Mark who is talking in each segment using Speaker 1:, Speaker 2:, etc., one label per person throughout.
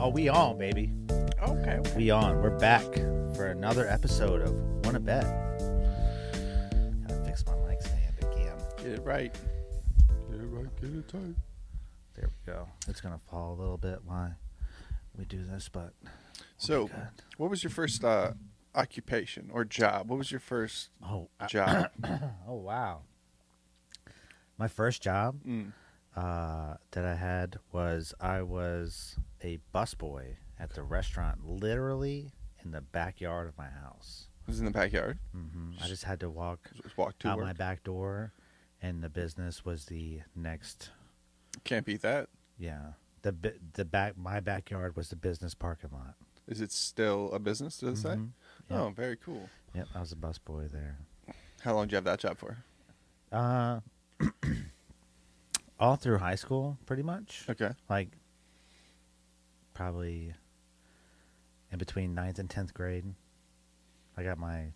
Speaker 1: Oh, we on, baby.
Speaker 2: Okay.
Speaker 1: We on. We're back for another episode of Wanna Bet. Gotta fix my mic stand again.
Speaker 2: Get it right. Get it right. Get it tight.
Speaker 1: There we go. It's gonna fall a little bit while we do this, but
Speaker 2: So,
Speaker 1: God.
Speaker 2: what was your first uh, occupation or job? What was your first
Speaker 1: oh, I-
Speaker 2: job?
Speaker 1: oh wow. My first job
Speaker 2: Mm.
Speaker 1: uh, that I had was I was a busboy at the restaurant, literally in the backyard of my house.
Speaker 2: It was in the backyard.
Speaker 1: hmm I just had to walk
Speaker 2: It was walk to
Speaker 1: out
Speaker 2: work.
Speaker 1: my back door, and the business was the next.
Speaker 2: Can't beat that.
Speaker 1: Yeah, the bi- the back my backyard was the business parking lot.
Speaker 2: Is it still a business? Does it say?
Speaker 1: Mhm. Yeah.
Speaker 2: Oh, very cool.
Speaker 1: Yep, I was a busboy there.
Speaker 2: How long did you have that job for?
Speaker 1: Uh, all through high school, pretty much.
Speaker 2: Okay.
Speaker 1: Like, probably in between ninth and tenth grade, I got my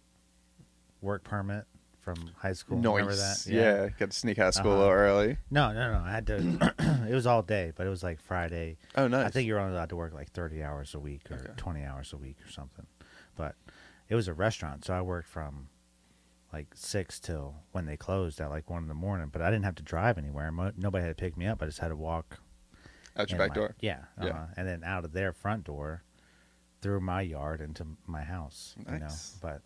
Speaker 1: work permit from high school. Remember that?
Speaker 2: Nice. Yeah. Got to sneak out of school a little
Speaker 1: Uh-huh.
Speaker 2: early.
Speaker 1: No, no, no. I had to. it was all day, but it was like Friday.
Speaker 2: Oh, nice.
Speaker 1: I think you're only allowed to work like 30 hours a week or
Speaker 2: Okay.
Speaker 1: 20 hours a week or something. But it was a restaurant, so I worked from like 6 till when they closed at like 1 in the morning. But I didn't have to drive anywhere. Mo- Nobody had to pick me up. I just had to walk.
Speaker 2: out your
Speaker 1: in
Speaker 2: back
Speaker 1: my-
Speaker 2: door.
Speaker 1: Yeah.
Speaker 2: Yeah.
Speaker 1: uh-huh, And then out of their front door through my yard into my house. You know?
Speaker 2: Nice.
Speaker 1: But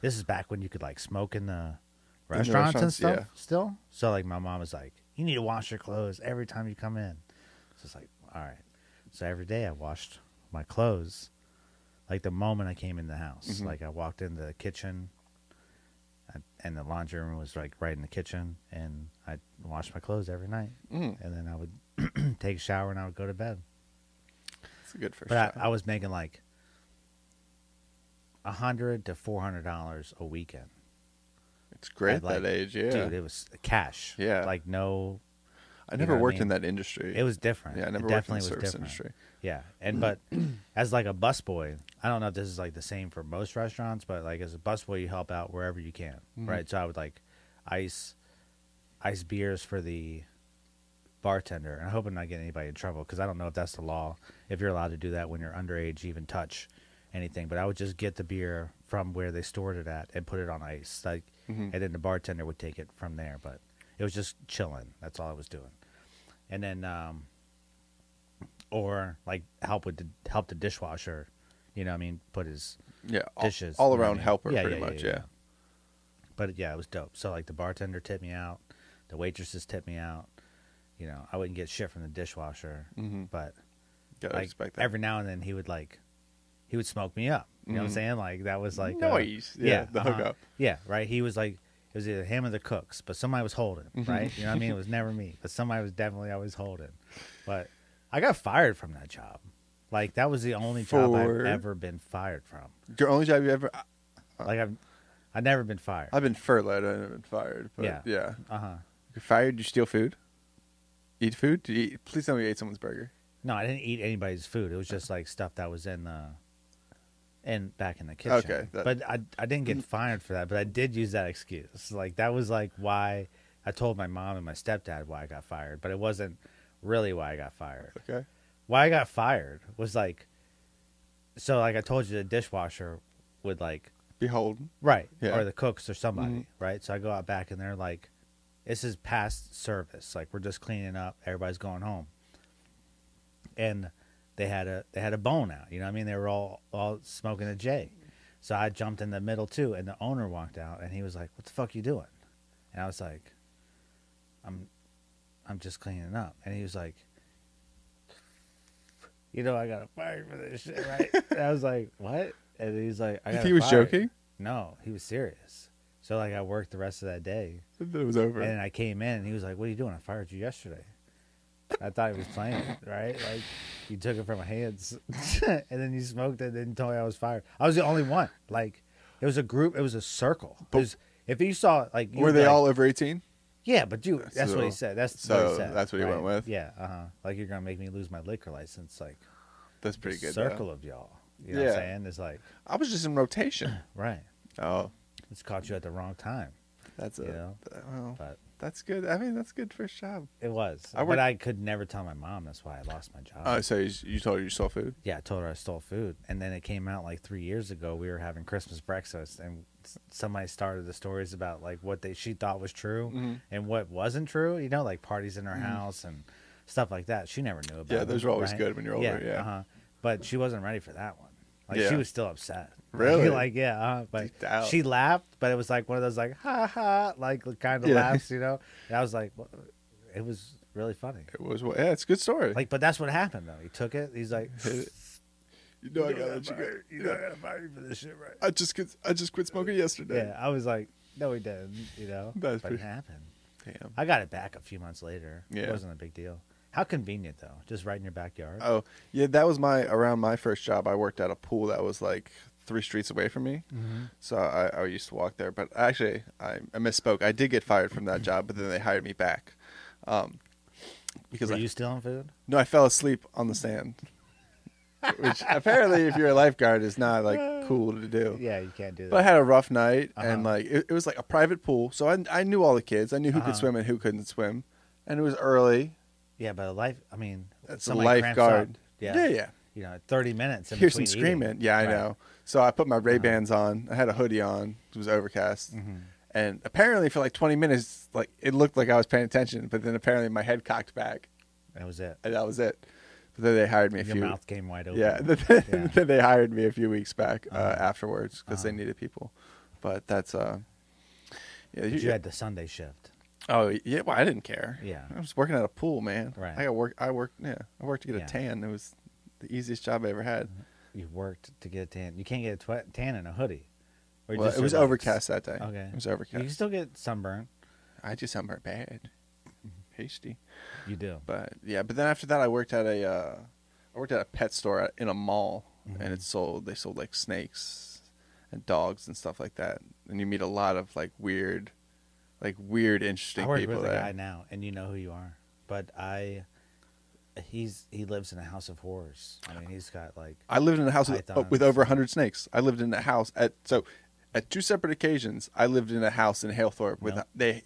Speaker 1: this is back when you could like smoke in the
Speaker 2: the
Speaker 1: restaurants and
Speaker 2: restaurants,
Speaker 1: stuff
Speaker 2: yeah.
Speaker 1: still. So like my mom was like, you need to wash your clothes every time you come in. So it's like, all right. So every day I washed my clothes like the moment I came in the house.
Speaker 2: Mhm.
Speaker 1: Like I walked into the kitchen and- and the laundry room was like right in the kitchen and I washed my clothes every night
Speaker 2: Mm,
Speaker 1: and then I would take a shower and I would go to bed.
Speaker 2: it's a good first
Speaker 1: But
Speaker 2: job.
Speaker 1: I, I was making like a hundred to four hundred dollars a weekend,
Speaker 2: it's great
Speaker 1: I'd
Speaker 2: at
Speaker 1: like-
Speaker 2: that age. Yeah.
Speaker 1: dude. It was cash.
Speaker 2: Yeah.
Speaker 1: like no,
Speaker 2: I
Speaker 1: you
Speaker 2: never
Speaker 1: know what I
Speaker 2: worked in
Speaker 1: mean?
Speaker 2: that industry.
Speaker 1: it was different.
Speaker 2: Yeah, I never
Speaker 1: it
Speaker 2: worked in
Speaker 1: definitely
Speaker 2: the
Speaker 1: was
Speaker 2: service
Speaker 1: different.
Speaker 2: industry.
Speaker 1: Yeah, and but as like a busboy, I don't know if this is like the same for most restaurants, but like as a busboy, you help out wherever you can,
Speaker 2: Mhm.
Speaker 1: right? So I would like ice, ice beers for the bartender, and I hope I'm not getting anybody in trouble because I don't know if that's the law if you're allowed to do that when you're underage, even touch anything. But I would just get the beer from where they stored it at and put it on ice, like,
Speaker 2: Mhm.
Speaker 1: and then the bartender would take it from there. But it was just chilling. That's all I was doing, and then. um or like help with the help the dishwasher, you know, what I mean, put his
Speaker 2: Yeah, all,
Speaker 1: dishes,
Speaker 2: all
Speaker 1: you know what I
Speaker 2: around
Speaker 1: mean?
Speaker 2: helper,
Speaker 1: Yeah,
Speaker 2: pretty
Speaker 1: yeah, yeah,
Speaker 2: much.
Speaker 1: yeah,
Speaker 2: Yeah,
Speaker 1: yeah. but yeah, it was dope. So like the bartender tipped me out, the waitresses tipped me out. You know, I wouldn't get shit from the dishwasher,
Speaker 2: Mm-hmm.
Speaker 1: but
Speaker 2: Gotta
Speaker 1: like
Speaker 2: expect that.
Speaker 1: every now and then he would like he would smoke me up. You know what I'm
Speaker 2: Mhm.
Speaker 1: saying? Like that was like uh,
Speaker 2: noise. yeah, the
Speaker 1: uh-huh.
Speaker 2: hookup.
Speaker 1: Yeah, right. He was like it was either him or the cooks, but somebody was holding,
Speaker 2: Mm-hmm.
Speaker 1: right? You know what I mean? It was never me, but somebody was definitely always holding. But I got fired from that job. Like that was the only job I've
Speaker 2: For- Uh.
Speaker 1: ever been fired from.
Speaker 2: Your only job you ever? I-
Speaker 1: Like I've I've never been fired.
Speaker 2: I've been furloughed. I've never been fired. But yeah,
Speaker 1: Yeah. Uh huh.
Speaker 2: you're fired. You steal food. Eat food. Did you eat, please tell me you ate someone's burger.
Speaker 1: No, I didn't eat anybody's food. It was just like stuff that was in the and back in the kitchen.
Speaker 2: Okay, that-
Speaker 1: but I I didn't get fired for that, but I did use that excuse. Like that was like why I told my mom and my stepdad why I got fired, but it wasn't really why I got fired.
Speaker 2: Okay.
Speaker 1: why I got fired was like, so like I told you, the dishwasher would like
Speaker 2: Beholden.
Speaker 1: right
Speaker 2: Yeah. Mm-hmm.
Speaker 1: or the cooks or somebody right. So I go out back and they're like, this is past service. Like we're just cleaning up. Everybody's going home. And they had a they had a bone out. You know what I mean? They were all all smoking a J. So I jumped in the middle too, and the owner walked out and he was like, "What the fuck you doing?" And I was like, "I'm I'm just cleaning up." And he was like. You know I got fired for this shit, right? and I was like, "What?" And he's like, "I
Speaker 2: You
Speaker 1: got
Speaker 2: think he was
Speaker 1: fired."
Speaker 2: joking?
Speaker 1: No, he was serious. So like I worked the rest of that day,
Speaker 2: I thought It was over.
Speaker 1: and then I came in and he was like, "What are you doing? I fired you yesterday." I thought he was playing, right? Like you took it from my hands, and then you smoked it, and then told me I was fired. I was the only one. Like it was a group. It was a circle. It
Speaker 2: But-
Speaker 1: was- if you saw like you
Speaker 2: Were
Speaker 1: would be
Speaker 2: they
Speaker 1: like,
Speaker 2: all over eighteen?
Speaker 1: Yeah, but dude, that's what he
Speaker 2: So-
Speaker 1: said. That's what
Speaker 2: so
Speaker 1: he said,
Speaker 2: that's what he went
Speaker 1: right?
Speaker 2: with?
Speaker 1: Yeah, uh huh. Like you're gonna make me lose my liquor license. Like
Speaker 2: That's pretty
Speaker 1: the
Speaker 2: good. though.
Speaker 1: circle of y'all. You know what I'm
Speaker 2: Yeah.
Speaker 1: saying? It's like
Speaker 2: I was just in rotation.
Speaker 1: right.
Speaker 2: oh,
Speaker 1: It's caught you at the wrong time.
Speaker 2: that's a.
Speaker 1: You know?
Speaker 2: Well,
Speaker 1: But
Speaker 2: That's good. I mean, that's good first job.
Speaker 1: It was,
Speaker 2: I
Speaker 1: but
Speaker 2: worked-
Speaker 1: I could never tell my mom. That's why I lost my job.
Speaker 2: Uh, so you, you told her you stole food?
Speaker 1: yeah, I told her I stole food, and then it came out like three years ago. We were having Christmas breakfast, and s- somebody started the stories about like what they she thought was true
Speaker 2: Mhm.
Speaker 1: and what wasn't true. You know, like parties in her house and stuff like that. She never knew about.
Speaker 2: Mm. Yeah, those
Speaker 1: it,
Speaker 2: are always
Speaker 1: right?
Speaker 2: good when you're older. Yeah.
Speaker 1: Uh-huh. But she wasn't ready for that one. Like she
Speaker 2: Yeah.
Speaker 1: was still upset.
Speaker 2: Really?
Speaker 1: like yeah. Uh, but
Speaker 2: Deep down.
Speaker 1: she laughed, but it was like one of those like ha ha like kind of
Speaker 2: Yeah.
Speaker 1: laughs, you know. And I was like, "Wha- it was really funny.
Speaker 2: It was. well, Yeah, it's a good story.
Speaker 1: Like, but that's what happened though. He took it. He's like,
Speaker 2: you know, I
Speaker 1: "You know
Speaker 2: got
Speaker 1: I
Speaker 2: let you
Speaker 1: fired-
Speaker 2: go.
Speaker 1: you know I got fired for this shit, right?
Speaker 2: I just quit, I just quit smoking yesterday.
Speaker 1: Yeah, I was like, no, he didn't. You know,
Speaker 2: That's
Speaker 1: but it
Speaker 2: pretty-
Speaker 1: happened.
Speaker 2: Damn.
Speaker 1: I got it back a few months later. It
Speaker 2: Yeah.
Speaker 1: wasn't a big deal. How convenient though, just right in your backyard.
Speaker 2: Oh, yeah, that was my around my first job. I worked at a pool that was like three streets away from me,
Speaker 1: Mm-hmm.
Speaker 2: so I, I used to walk there. But actually, I, I misspoke. I did get fired from that job, but then they hired me back um, because
Speaker 1: Were
Speaker 2: I
Speaker 1: you stealing food?
Speaker 2: no, I fell asleep on the sand, which apparently, if you're a lifeguard, is not like cool to do.
Speaker 1: Uh, Yeah, you can't do that.
Speaker 2: Oh. But I had a rough night, and
Speaker 1: Uh-huh.
Speaker 2: like it, it was like a private pool, so I, I knew all the kids. I knew who
Speaker 1: Uh-huh.
Speaker 2: could swim and who couldn't swim, and it was early.
Speaker 1: yeah, but a life. I mean,
Speaker 2: That's a
Speaker 1: somebody cramps up,
Speaker 2: lifeguard.
Speaker 1: Yeah,
Speaker 2: yeah, yeah.
Speaker 1: You know, thirty minutes. In
Speaker 2: hear some
Speaker 1: between eating.
Speaker 2: screaming. Yeah, I
Speaker 1: Right. Uh-huh.
Speaker 2: know. So I put my Ray Bans on. I had a hoodie on. It was overcast,
Speaker 1: Mm-hmm.
Speaker 2: and apparently for like 20 minutes, like it looked like I was paying attention, but then apparently my head cocked back,
Speaker 1: That was it.
Speaker 2: and that was it. But then they hired me a
Speaker 1: Your
Speaker 2: few.
Speaker 1: mouth came wide open.
Speaker 2: yeah, then,
Speaker 1: Yeah.
Speaker 2: then they hired me a few weeks back uh,
Speaker 1: Uh-huh.
Speaker 2: afterwards because they
Speaker 1: Uh-huh.
Speaker 2: needed people. But that's uh, yeah.
Speaker 1: But you had the Sunday shift.
Speaker 2: oh yeah, well I didn't care.
Speaker 1: Yeah.
Speaker 2: I was working at a pool, man.
Speaker 1: Right.
Speaker 2: I got work. I worked. Yeah, I worked to get
Speaker 1: Yeah. Uh-huh.
Speaker 2: a tan. It was the easiest job I ever had.
Speaker 1: You worked to get a tan. You can't get a tw- tan in a hoodie. Or
Speaker 2: Well,
Speaker 1: just
Speaker 2: it
Speaker 1: your
Speaker 2: was
Speaker 1: legs.
Speaker 2: overcast that day.
Speaker 1: Okay.
Speaker 2: It was
Speaker 1: You can
Speaker 2: overcast.
Speaker 1: still get sunburn.
Speaker 2: I just sunburned bad,
Speaker 1: Mm-hmm.
Speaker 2: hasty.
Speaker 1: You do.
Speaker 2: But yeah, but then after that, I worked at a, uh, I worked at a pet store at, in a mall, and
Speaker 1: Mm-hmm.
Speaker 2: it sold they sold like snakes and dogs and stuff like that. And you meet a lot of like weird, like weird, interesting
Speaker 1: I work
Speaker 2: people
Speaker 1: with a
Speaker 2: there.
Speaker 1: guy now, and you know who you are. But I, he's he lives in a house of horrors. I mean, he's got like
Speaker 2: I lived in a house with, oh,
Speaker 1: Pythons.
Speaker 2: with over hundred snakes. I lived in a house at so, at two separate occasions, I lived in a house in Halethorpe with
Speaker 1: Nope.
Speaker 2: they.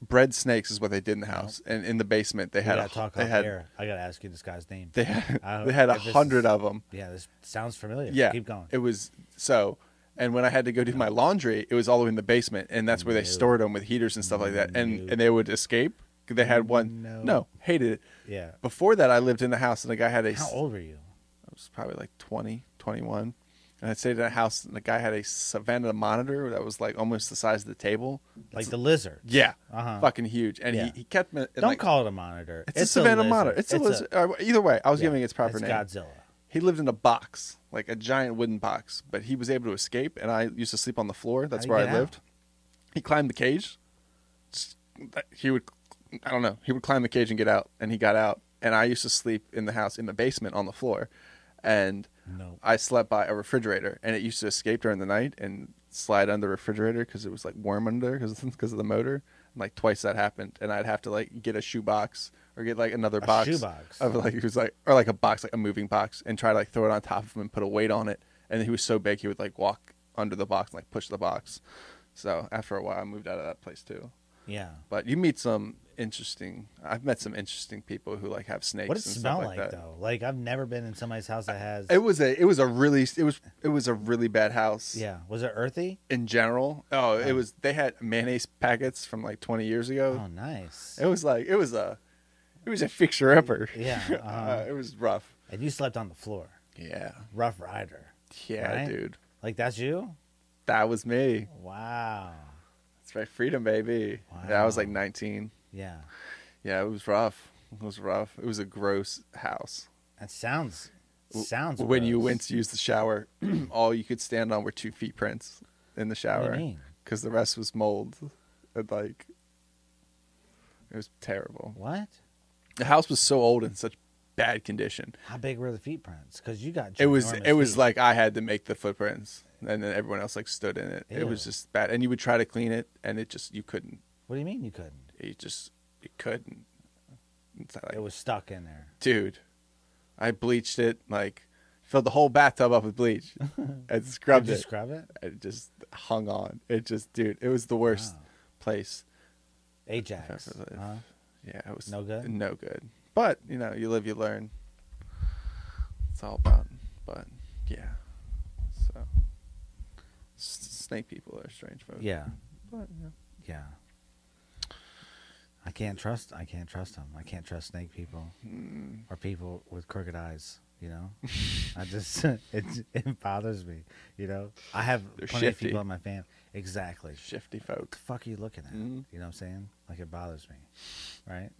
Speaker 2: Bred snakes is what they did in the house, and in the basement they
Speaker 1: we
Speaker 2: had
Speaker 1: gotta
Speaker 2: a,
Speaker 1: talk
Speaker 2: they
Speaker 1: off
Speaker 2: had
Speaker 1: air. I gotta ask you this guy's name.
Speaker 2: They had,
Speaker 1: I-
Speaker 2: they had a
Speaker 1: if this
Speaker 2: hundred
Speaker 1: is-
Speaker 2: of them.
Speaker 1: yeah, this sounds familiar.
Speaker 2: Yeah,
Speaker 1: keep going.
Speaker 2: It was so. And when I had to go do my laundry, it was all the way in the basement, and that's where they
Speaker 1: No.
Speaker 2: stored them with heaters and stuff like that. And
Speaker 1: No.
Speaker 2: and they would escape. They had one.
Speaker 1: No.
Speaker 2: No. hated it.
Speaker 1: yeah.
Speaker 2: Before that, I lived in the house, and the guy had a.
Speaker 1: How old were you?
Speaker 2: I was probably like 20, 21. and I stayed in a house, and the guy had a Savannah monitor that was like almost the size of the table.
Speaker 1: Like the lizard.
Speaker 2: Yeah,
Speaker 1: Uh-huh.
Speaker 2: fucking huge. And
Speaker 1: Yeah.
Speaker 2: he, he kept me.
Speaker 1: Don't call it a monitor.
Speaker 2: It's, a Savannah
Speaker 1: lizard.
Speaker 2: monitor. It's, a lizard. uh, either way, I was
Speaker 1: yeah,
Speaker 2: giving its proper
Speaker 1: it's
Speaker 2: name.
Speaker 1: Godzilla.
Speaker 2: He lived in a box, like a giant wooden box, but he was able to escape, and I used to sleep on the floor. That's
Speaker 1: How'd he
Speaker 2: where
Speaker 1: get
Speaker 2: I
Speaker 1: out?
Speaker 2: lived. He climbed the cage. Just- uh, He would, I don't know, he would climb the cage and get out, and he got out. And I used to sleep in the house in the basement on the floor, and
Speaker 1: No.
Speaker 2: I slept by a refrigerator, and it used to escape during the night and slide under the refrigerator because it was like warm under because of the motor. And like twice that happened, and I'd have to like get a shoebox or get like another
Speaker 1: A
Speaker 2: box
Speaker 1: shoebox?
Speaker 2: of like it was like or like a box like a moving box and try to like throw it on top of him and put a weight on it. And he was so big he would like walk under the box and like push the box. So after a while, I moved out of that place too.
Speaker 1: Yeah.
Speaker 2: But you meet some interesting. I've met some interesting people who like have snakes.
Speaker 1: What does it
Speaker 2: and
Speaker 1: smell
Speaker 2: stuff
Speaker 1: like,
Speaker 2: that.
Speaker 1: though? Like I've never been in somebody's house that has.
Speaker 2: It was a it was a really it was it was a really bad house.
Speaker 1: yeah. Was it earthy?
Speaker 2: In general, oh, it was they had mayonnaise packets from like 20 years
Speaker 1: Oh,
Speaker 2: ago.
Speaker 1: nice.
Speaker 2: It was like it was a it was a fixture upper. Uh,
Speaker 1: Yeah, uh-huh.
Speaker 2: it was rough.
Speaker 1: and you slept on the floor.
Speaker 2: Yeah.
Speaker 1: Rough Rider.
Speaker 2: Yeah,
Speaker 1: Right?
Speaker 2: dude.
Speaker 1: Like that's you?
Speaker 2: That was me.
Speaker 1: Wow.
Speaker 2: That's right, freedom, baby. Yeah, I was
Speaker 1: Wow.
Speaker 2: like 19.
Speaker 1: Yeah.
Speaker 2: Yeah, it was rough. It was rough. It was a gross house.
Speaker 1: That sounds sounds
Speaker 2: when you
Speaker 1: gross.
Speaker 2: went to use the shower, all you could stand on were two feet prints in the
Speaker 1: What do you
Speaker 2: shower.
Speaker 1: mean?
Speaker 2: because the rest was mold. And like, it was terrible.
Speaker 1: What?
Speaker 2: The house was so old and in such bad condition.
Speaker 1: How big were the feet prints? Because you got
Speaker 2: It was
Speaker 1: ginormous
Speaker 2: it was
Speaker 1: feet.
Speaker 2: like I had to make the footprints, and then everyone else like stood in it. It was
Speaker 1: Ew.
Speaker 2: just bad, and you would try to clean it, and it just you couldn't.
Speaker 1: What do you mean you couldn't?
Speaker 2: You just you couldn't. It's like,
Speaker 1: It was stuck in there.
Speaker 2: dude, I bleached it like filled the whole bathtub up with bleach and
Speaker 1: Did
Speaker 2: scrubbed
Speaker 1: you
Speaker 2: it.
Speaker 1: scrub it?
Speaker 2: it just hung on. It just, dude, it was the worst
Speaker 1: Wow.
Speaker 2: place.
Speaker 1: Ajax.
Speaker 2: Pfeffer's Life.
Speaker 1: Huh?
Speaker 2: Yeah, it was
Speaker 1: No good?
Speaker 2: No good. But you know, you live, you learn. It's all about. But yeah, so s- snake people are strange folks.
Speaker 1: Yeah,
Speaker 2: but yeah.
Speaker 1: yeah. I can't trust. I can't trust them. I can't trust snake people
Speaker 2: Mm.
Speaker 1: or people with crooked eyes. You know, I just it it bothers me. You know, I have
Speaker 2: They're
Speaker 1: plenty of
Speaker 2: shifty.
Speaker 1: people in my family. Exactly.
Speaker 2: shifty
Speaker 1: What the
Speaker 2: folk.
Speaker 1: fuck are you looking at?
Speaker 2: Mhm.
Speaker 1: You know what I'm saying? Like it bothers me, right?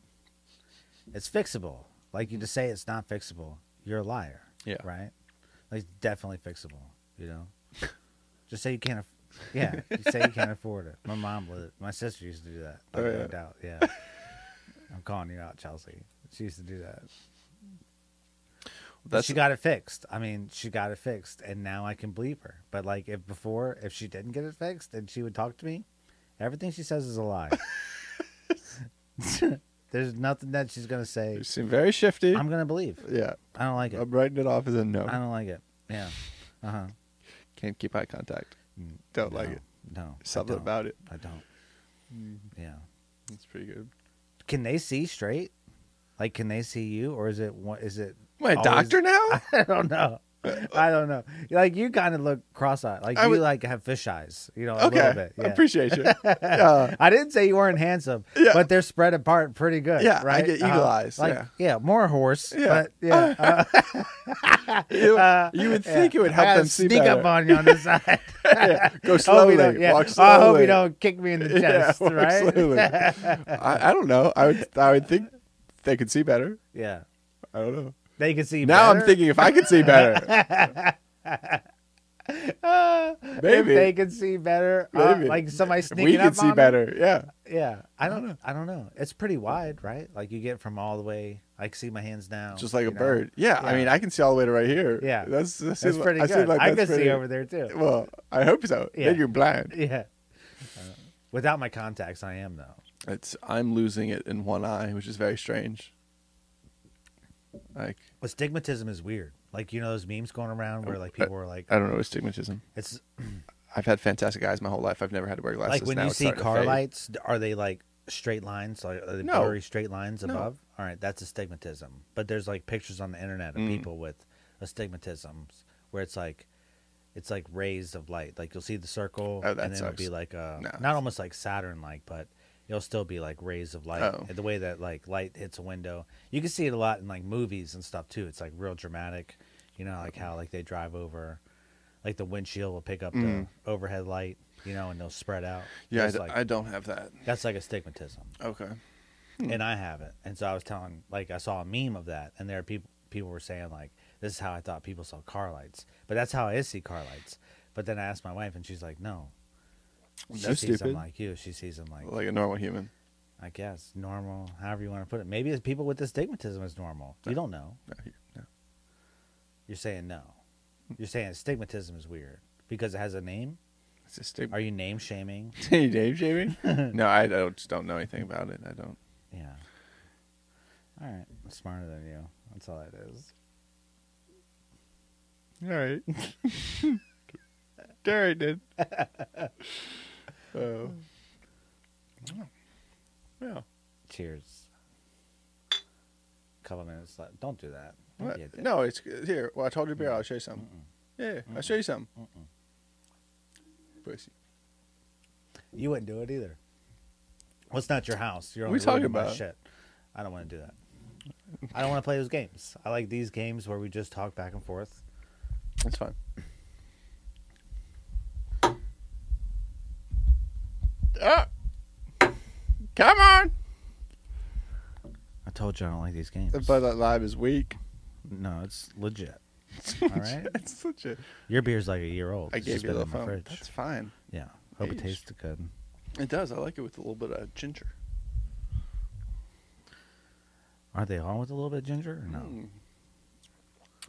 Speaker 1: It's fixable. Like you just say it's not fixable, you're a liar.
Speaker 2: Yeah.
Speaker 1: Right? Like it's definitely fixable. You know. just say you can't. Aff- yeah. You say you can't afford it. My mom, li- my sister used to do that.
Speaker 2: Oh,
Speaker 1: like,
Speaker 2: yeah.
Speaker 1: No doubt. Yeah. I'm calling you out, Chelsea. She used to do that. But
Speaker 2: That's
Speaker 1: she got it fixed. I mean, she got it fixed, and now I can believe her. But like, if before, if she didn't get it fixed, and she would talk to me, everything she says is a lie. There's nothing that she's gonna say.
Speaker 2: you seem very shifty.
Speaker 1: I'm gonna believe.
Speaker 2: yeah,
Speaker 1: I don't like it.
Speaker 2: I'm writing it off as a no.
Speaker 1: I don't like it. Yeah. Mm. Uh huh.
Speaker 2: Can't keep eye contact. Don't like it.
Speaker 1: No. I
Speaker 2: Something
Speaker 1: don't.
Speaker 2: about Mm-hmm. it.
Speaker 1: I don't. Yeah.
Speaker 2: It's pretty good.
Speaker 1: Can they see straight? Like, can they see you, or is it one? Is it?
Speaker 2: My
Speaker 1: always-
Speaker 2: doctor now?
Speaker 1: I don't know. I don't know. Like you kind of look cross-eyed. Like
Speaker 2: I
Speaker 1: you
Speaker 2: would-
Speaker 1: like have fish eyes. You know, a
Speaker 2: okay,
Speaker 1: little bit.
Speaker 2: I
Speaker 1: Yeah.
Speaker 2: appreciate you. Yeah.
Speaker 1: I didn't say you weren't handsome,
Speaker 2: Yeah.
Speaker 1: but they're spread apart pretty good.
Speaker 2: Yeah, I
Speaker 1: right? Uh-huh.
Speaker 2: get eagle eyes,
Speaker 1: Like,
Speaker 2: yeah.
Speaker 1: more horse.
Speaker 2: Yeah.
Speaker 1: But yeah, uh,
Speaker 2: you,
Speaker 1: uh,
Speaker 2: you would think
Speaker 1: yeah.
Speaker 2: it would help
Speaker 1: I gotta
Speaker 2: them see
Speaker 1: sneak
Speaker 2: better.
Speaker 1: up on you on the side.
Speaker 2: yeah. Go
Speaker 1: Hope
Speaker 2: slowly.
Speaker 1: you don't- yeah.
Speaker 2: Walk
Speaker 1: Oh,
Speaker 2: slowly.
Speaker 1: I hope you don't kick me in the
Speaker 2: Yeah,
Speaker 1: chest,
Speaker 2: walk
Speaker 1: right?
Speaker 2: slowly. I, I don't know. I would. I would think they could see better.
Speaker 1: Yeah,
Speaker 2: I don't know.
Speaker 1: they can see.
Speaker 2: Now I'm
Speaker 1: better.
Speaker 2: thinking if I could see better.
Speaker 1: Ah,
Speaker 2: Maybe.
Speaker 1: if they can see better. uh,
Speaker 2: Maybe.
Speaker 1: like somebody
Speaker 2: if
Speaker 1: sneaking
Speaker 2: we could
Speaker 1: up on
Speaker 2: see
Speaker 1: them.
Speaker 2: better. Yeah.
Speaker 1: Yeah, I don't know. I don't know. It's pretty wide, right? Like you get from all the way. I can see my hands now,
Speaker 2: Just like
Speaker 1: Oh, you
Speaker 2: a
Speaker 1: know?
Speaker 2: bird. Yeah, I
Speaker 1: Yeah.
Speaker 2: mean, I can see all the way to right here.
Speaker 1: Yeah.
Speaker 2: That's that's,
Speaker 1: That's pretty
Speaker 2: I
Speaker 1: good. I,
Speaker 2: seem like that's
Speaker 1: can
Speaker 2: pretty,
Speaker 1: see over there too.
Speaker 2: Well, I hope so.
Speaker 1: Yeah.
Speaker 2: Then you're blind.
Speaker 1: Yeah. Uh, without my contacts, I am though.
Speaker 2: It's I'm losing it in one eye, which is very strange. Like
Speaker 1: Astigmatism is weird. Like you know those memes going around where like
Speaker 2: Uh,
Speaker 1: people are like,
Speaker 2: I don't know astigmatism.
Speaker 1: it's
Speaker 2: I've had fantastic eyes my whole life. I've never had to wear glasses.
Speaker 1: like when
Speaker 2: now
Speaker 1: you
Speaker 2: it's
Speaker 1: see
Speaker 2: starting to
Speaker 1: car
Speaker 2: fade.
Speaker 1: lights, are they like straight lines? Like are they
Speaker 2: No.
Speaker 1: blurry straight lines
Speaker 2: No.
Speaker 1: above? All right, that's astigmatism. But there's like pictures on the internet of
Speaker 2: Mm.
Speaker 1: people with astigmatisms where it's like. It's like rays of light. Like you'll see the circle,
Speaker 2: Oh,
Speaker 1: and
Speaker 2: that
Speaker 1: then it'll
Speaker 2: sucks.
Speaker 1: be like a,
Speaker 2: No.
Speaker 1: not almost like Saturn like, but it'll still be like rays of light.
Speaker 2: Oh.
Speaker 1: And The way that like light hits a window, you can see it a lot in like movies and stuff too. It's like real dramatic, you know, like how like they drive over, like the windshield will pick up
Speaker 2: Mm.
Speaker 1: the overhead light, you know, and they'll spread out.
Speaker 2: Yeah, I,
Speaker 1: That's
Speaker 2: d-
Speaker 1: like,
Speaker 2: I Hmm. don't have that.
Speaker 1: that's like astigmatism,
Speaker 2: Okay.
Speaker 1: and I have it. And so I was telling, like, I saw a meme of that, and there are people people were saying like, this is how I thought people saw car lights, but that's how I see car lights. But then I asked my wife, and she's like, no. She
Speaker 2: No,
Speaker 1: sees them
Speaker 2: stupid.
Speaker 1: like you. She sees them like
Speaker 2: Like a normal human.
Speaker 1: I guess normal, however you want to put it. Maybe it's people with astigmatism is normal. You don't know.
Speaker 2: No, you- no.
Speaker 1: You're saying no. You're saying astigmatism is weird because it has a name.
Speaker 2: It's astig-
Speaker 1: Are you name shaming?
Speaker 2: Hey, Dave shaving? no, I don't, just don't know anything about it. I don't.
Speaker 1: Yeah. All right. I'm smarter than you. That's all it is.
Speaker 2: All right. All right, then. Uh, Oh. Well,
Speaker 1: Cheers. Couple minutes left. Don't do that. Don't
Speaker 2: what?
Speaker 1: be a dick.
Speaker 2: no, it's uh, here. Well, I told you beer. I'll show you something. Yeah, I'll show you something. Pussy.
Speaker 1: You wouldn't do it either. Well, it's not your house. You're
Speaker 2: What are
Speaker 1: only
Speaker 2: we talking
Speaker 1: living by
Speaker 2: about?
Speaker 1: shit. I don't want to do that. I don't want to play those games. I like these games where we just talk back and forth.
Speaker 2: It's fine. Ah! Come on!
Speaker 1: I told you I don't like these games.
Speaker 2: Uh, But that live is weak.
Speaker 1: no, it's legit.
Speaker 2: It's
Speaker 1: All right.
Speaker 2: It's such a.
Speaker 1: Your beer's like a year old.
Speaker 2: I
Speaker 1: It's
Speaker 2: gave
Speaker 1: just
Speaker 2: you a
Speaker 1: been
Speaker 2: little
Speaker 1: in my
Speaker 2: phone.
Speaker 1: fridge.
Speaker 2: That's fine.
Speaker 1: Yeah. Hope it
Speaker 2: Aged.
Speaker 1: tastes good.
Speaker 2: It does. I like it with a little bit of ginger.
Speaker 1: Aren't they all with a little bit of ginger? Or no.
Speaker 2: Mm.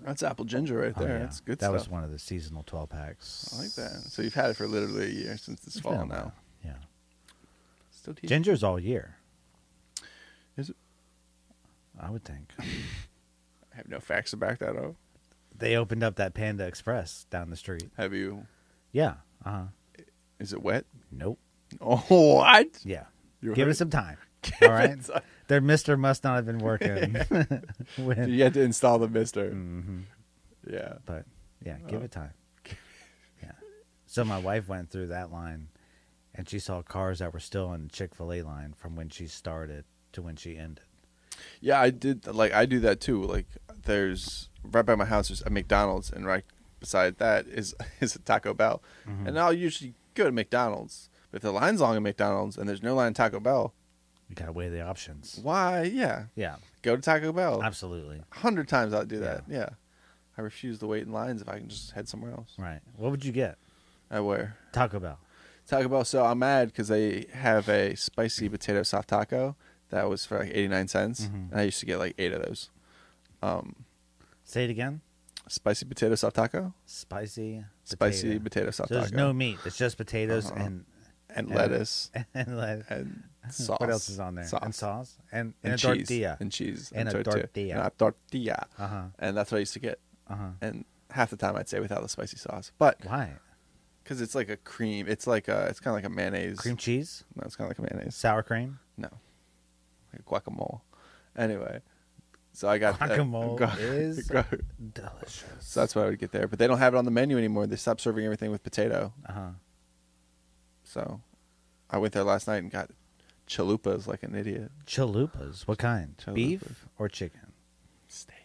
Speaker 2: That's apple ginger right
Speaker 1: Oh,
Speaker 2: there.
Speaker 1: yeah.
Speaker 2: That's good
Speaker 1: That
Speaker 2: stuff.
Speaker 1: was one of the seasonal 12 packs.
Speaker 2: I like that. So you've had it for literally a year since it's
Speaker 1: It's been a
Speaker 2: fall
Speaker 1: while.
Speaker 2: now.
Speaker 1: Yeah.
Speaker 2: Still teeth.
Speaker 1: Ginger's all year,
Speaker 2: Is it?
Speaker 1: I would think.
Speaker 2: I have no facts to back that up.
Speaker 1: they opened up that Panda Express down the street.
Speaker 2: Have you?
Speaker 1: Yeah. Uh huh.
Speaker 2: Is it wet?
Speaker 1: Nope.
Speaker 2: Oh, what?
Speaker 1: Yeah.
Speaker 2: You
Speaker 1: Give
Speaker 2: heard-
Speaker 1: it some time. All right. Their mister must not have been working. when,
Speaker 2: You had to install the mister.
Speaker 1: Mhm.
Speaker 2: Yeah.
Speaker 1: But yeah, give
Speaker 2: Oh.
Speaker 1: it time. Yeah. So my wife went through that line and she saw cars that were still in Chick fil A line from when she started to when she ended.
Speaker 2: Yeah, I did. Like I do that too. Like there's right by my house there's a McDonald's, and right beside that is is a Taco Bell, and I'll usually go to McDonald's. But if the line's long at McDonald's and there's no line at Taco Bell,
Speaker 1: You gotta weigh the options.
Speaker 2: why? Yeah,
Speaker 1: Yeah,
Speaker 2: go to Taco Bell. A
Speaker 1: absolutely.
Speaker 2: hundred times I'll do that. Yeah. I refuse to wait in lines if I can just head somewhere else.
Speaker 1: Right. What would you get?
Speaker 2: I wear
Speaker 1: Taco Bell.
Speaker 2: Taco Bell. So I'm mad because they have a spicy potato soft taco that was for like 89 cents,
Speaker 1: Mhm.
Speaker 2: and I used to get like eight of those. Um,
Speaker 1: Say it again.
Speaker 2: spicy potato soft taco.
Speaker 1: Spicy.
Speaker 2: spicy
Speaker 1: potato.
Speaker 2: potato soft
Speaker 1: So there's
Speaker 2: taco
Speaker 1: no meat. It's just potatoes
Speaker 2: Uh-huh.
Speaker 1: and
Speaker 2: and
Speaker 1: and-
Speaker 2: lettuce
Speaker 1: and like,
Speaker 2: and sauce.
Speaker 1: what else is on there?
Speaker 2: Sauce
Speaker 1: And sauce and, and,
Speaker 2: and,
Speaker 1: a
Speaker 2: cheese
Speaker 1: tortilla.
Speaker 2: and cheese
Speaker 1: And a tortilla.
Speaker 2: and a tortilla.
Speaker 1: uh huh.
Speaker 2: And that's what I used to get.
Speaker 1: Uh huh.
Speaker 2: And half the time I'd say without the spicy sauce, but
Speaker 1: Why?
Speaker 2: because it's like a cream, it's like a, it's kind of like a mayonnaise.
Speaker 1: Cream cheese,
Speaker 2: No, it's kind of like a mayonnaise.
Speaker 1: sour cream.
Speaker 2: No, like guacamole. Anyway, so I got that-
Speaker 1: Guacamole is-
Speaker 2: guac-
Speaker 1: Delicious.
Speaker 2: so that's what I would get there, but they don't have it on the menu anymore. They stopped serving everything with potato.
Speaker 1: Uh huh.
Speaker 2: So I went there last night and got chalupas like an idiot.
Speaker 1: Chalupas. What kind? Beef or chicken?
Speaker 2: steak.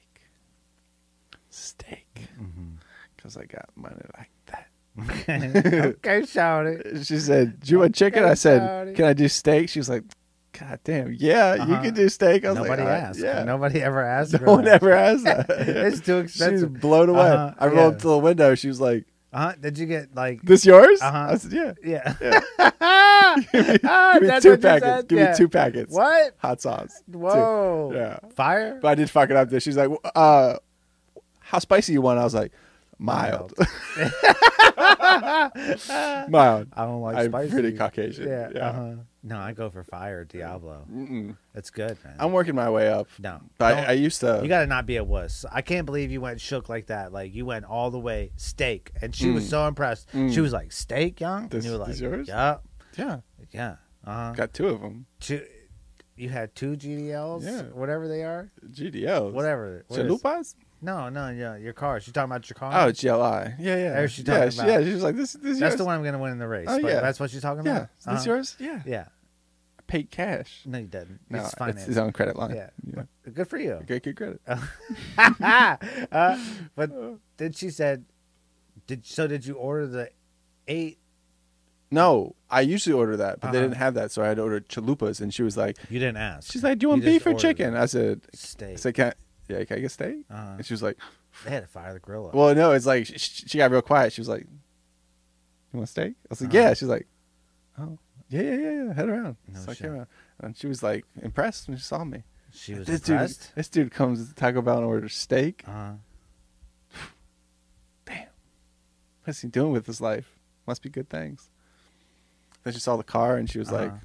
Speaker 2: Steak.
Speaker 1: Mm-hmm.
Speaker 2: Because I got money like that.
Speaker 1: okay, shout it.
Speaker 2: She said, Do you want chicken? I
Speaker 1: Okay,
Speaker 2: said,
Speaker 1: Tony.
Speaker 2: Can I do steak? She was like, God damn. Yeah, you
Speaker 1: Uh-huh.
Speaker 2: can do steak. I was
Speaker 1: Nobody
Speaker 2: like, "All right,
Speaker 1: asked.
Speaker 2: Yeah.
Speaker 1: Nobody ever asked.
Speaker 2: No
Speaker 1: for
Speaker 2: one
Speaker 1: that.
Speaker 2: ever asked that.
Speaker 1: it's too
Speaker 2: she was
Speaker 1: expensive.
Speaker 2: blown away.
Speaker 1: Uh-huh,
Speaker 2: I rolled
Speaker 1: yeah.
Speaker 2: up to the window. She was like,
Speaker 1: Uh huh. Did you get like?
Speaker 2: This yours?
Speaker 1: Uh-huh.
Speaker 2: I said, Yeah.
Speaker 1: yeah.
Speaker 2: yeah.
Speaker 1: Ah,
Speaker 2: Give me,
Speaker 1: Ah,
Speaker 2: give me
Speaker 1: that's
Speaker 2: two
Speaker 1: what you
Speaker 2: packets.
Speaker 1: said?
Speaker 2: Give
Speaker 1: Yeah.
Speaker 2: me two packets.
Speaker 1: What?
Speaker 2: Hot sauce. Two.
Speaker 1: Whoa.
Speaker 2: Yeah.
Speaker 1: Fire.
Speaker 2: But I did fuck it up. There, she's like, uh, "How spicy you want?" I was like, "Mild, mild."
Speaker 1: I don't like
Speaker 2: I'm
Speaker 1: spicy.
Speaker 2: pretty Caucasian.
Speaker 1: Yeah.
Speaker 2: Yeah.
Speaker 1: Uh-huh. No, I go for fire Diablo.
Speaker 2: Mm-mm.
Speaker 1: It's good, man.
Speaker 2: I'm working my way up.
Speaker 1: no.
Speaker 2: But
Speaker 1: don't-
Speaker 2: I, I used to.
Speaker 1: You gotta not be a wuss. I can't believe you went shook like that. Like you went all the way steak, and she was
Speaker 2: Mm.
Speaker 1: so impressed. She
Speaker 2: Mm.
Speaker 1: was like, "Steak, young."
Speaker 2: This-
Speaker 1: and you were like,
Speaker 2: this yours?
Speaker 1: "Yeah,
Speaker 2: yeah,
Speaker 1: yeah." Uh huh.
Speaker 2: got two of them.
Speaker 1: Two, you had two GDLs,
Speaker 2: Yeah.
Speaker 1: whatever they are,
Speaker 2: GDLs.
Speaker 1: whatever. what is-
Speaker 2: Chalupas?
Speaker 1: no, no, no, your car. She's talking about your car.
Speaker 2: Oh, GLI. Yeah, yeah.
Speaker 1: There's she's
Speaker 2: yeah,
Speaker 1: talking
Speaker 2: she,
Speaker 1: about.
Speaker 2: yeah. She was like, "This, this
Speaker 1: that's
Speaker 2: yours."
Speaker 1: the one I'm gonna win in the race.
Speaker 2: Oh,
Speaker 1: but
Speaker 2: yeah.
Speaker 1: that's what she's talking
Speaker 2: Yeah,
Speaker 1: about.
Speaker 2: is this
Speaker 1: Uh-huh.
Speaker 2: yours? Yeah.
Speaker 1: Yeah.
Speaker 2: I paid cash.
Speaker 1: No, you didn't.
Speaker 2: No,
Speaker 1: it's
Speaker 2: it's,
Speaker 1: finance.
Speaker 2: his own credit line.
Speaker 1: Yeah. Good for you.
Speaker 2: Great, good credit.
Speaker 1: uh, but then she said, "Did so? Did you order the eight?
Speaker 2: No, I usually order that, but they
Speaker 1: Uh-huh.
Speaker 2: didn't have that, so I had to order chalupas, and she was like,
Speaker 1: You didn't ask.
Speaker 2: "She's like, do you want beef
Speaker 1: just
Speaker 2: or
Speaker 1: ordered
Speaker 2: chicken?" I said, I
Speaker 1: steak.
Speaker 2: said, "Can I, yeah, can I get steak?"
Speaker 1: uh,
Speaker 2: And she was like,
Speaker 1: they had to fire the grill up.
Speaker 2: "Well, no." It's like she, she got real quiet. She was like, "You want steak?" I was like,
Speaker 1: Uh-huh.
Speaker 2: "Yeah." She's like, "Oh, yeah, yeah, yeah, yeah. Head around."
Speaker 1: No
Speaker 2: so I
Speaker 1: shit.
Speaker 2: came around, and she was like impressed when she saw me.
Speaker 1: she was
Speaker 2: this
Speaker 1: impressed.
Speaker 2: dude, this dude comes to Taco Bell and orders steak.
Speaker 1: Uh,
Speaker 2: Damn, what's he doing with his life? Must be good things. Then she saw the car, and she was like,
Speaker 1: Uh-huh.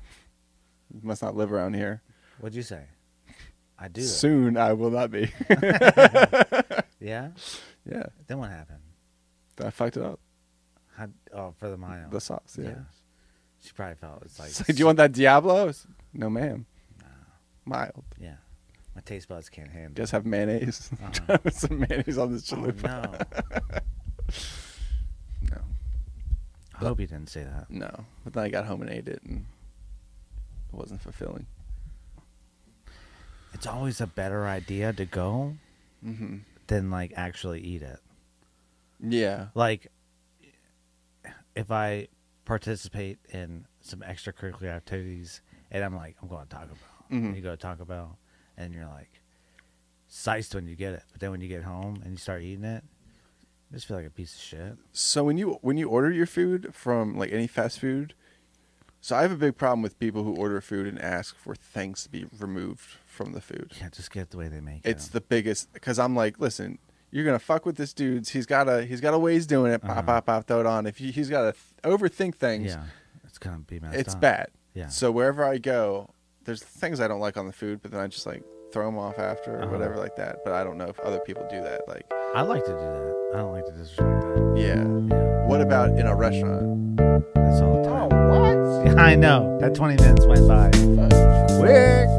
Speaker 2: "You must not live around here."
Speaker 1: what'd you say? I do.
Speaker 2: Soon, I will not be.
Speaker 1: Yeah.
Speaker 2: yeah,
Speaker 1: Then what happened?
Speaker 2: I fucked it up.
Speaker 1: How, oh, for the mile.
Speaker 2: The sauce. Yeah.
Speaker 1: Yeah. She probably felt it's like.
Speaker 2: It's like, do you want that Diablo? It's- no, ma'am. Mild.
Speaker 1: Yeah. My taste buds can't handle.
Speaker 2: Just have mayonnaise.
Speaker 1: Uh-huh.
Speaker 2: Put Some mayonnaise on this
Speaker 1: it. Oh,
Speaker 2: chalupa.
Speaker 1: no.
Speaker 2: no.
Speaker 1: I hope you didn't say that.
Speaker 2: No. But then I got home and ate it, and it wasn't fulfilling.
Speaker 1: It's always a better idea to go
Speaker 2: Mm-hmm.
Speaker 1: than like actually eat it.
Speaker 2: Yeah.
Speaker 1: like if I participate in some extracurricular activities and I'm like, I'm going to Taco Bell.
Speaker 2: Mhm.
Speaker 1: And you go to Taco Bell and you're like sized when you get it. But then when you get home and you start eating it, you just feel like a piece of shit.
Speaker 2: So when you when you order your food from like any fast food, so I have a big problem with people who order food and ask for things to be removed from the food.
Speaker 1: Yeah, just get it the way they make
Speaker 2: It's
Speaker 1: it.
Speaker 2: the biggest because I'm like, listen, you're gonna fuck with this dude's. He's got a he's got a ways doing it. Pop
Speaker 1: Uh-huh.
Speaker 2: pop pop. Throw it on. If he, he's got to th- overthink things,
Speaker 1: Yeah. It's going to be messed
Speaker 2: it's
Speaker 1: up.
Speaker 2: bad.
Speaker 1: Yeah.
Speaker 2: So wherever I go, there's things I don't like on the food, but then I just like throw them off after or
Speaker 1: Uh-huh.
Speaker 2: whatever like that. But I don't know if other people do that. Like,
Speaker 1: I like to do that. I don't like to disrespect that.
Speaker 2: yeah.
Speaker 1: Yeah.
Speaker 2: What about in a restaurant?
Speaker 1: That's all the time.
Speaker 2: what?
Speaker 1: I know. That 20 minutes went by.
Speaker 2: Quick.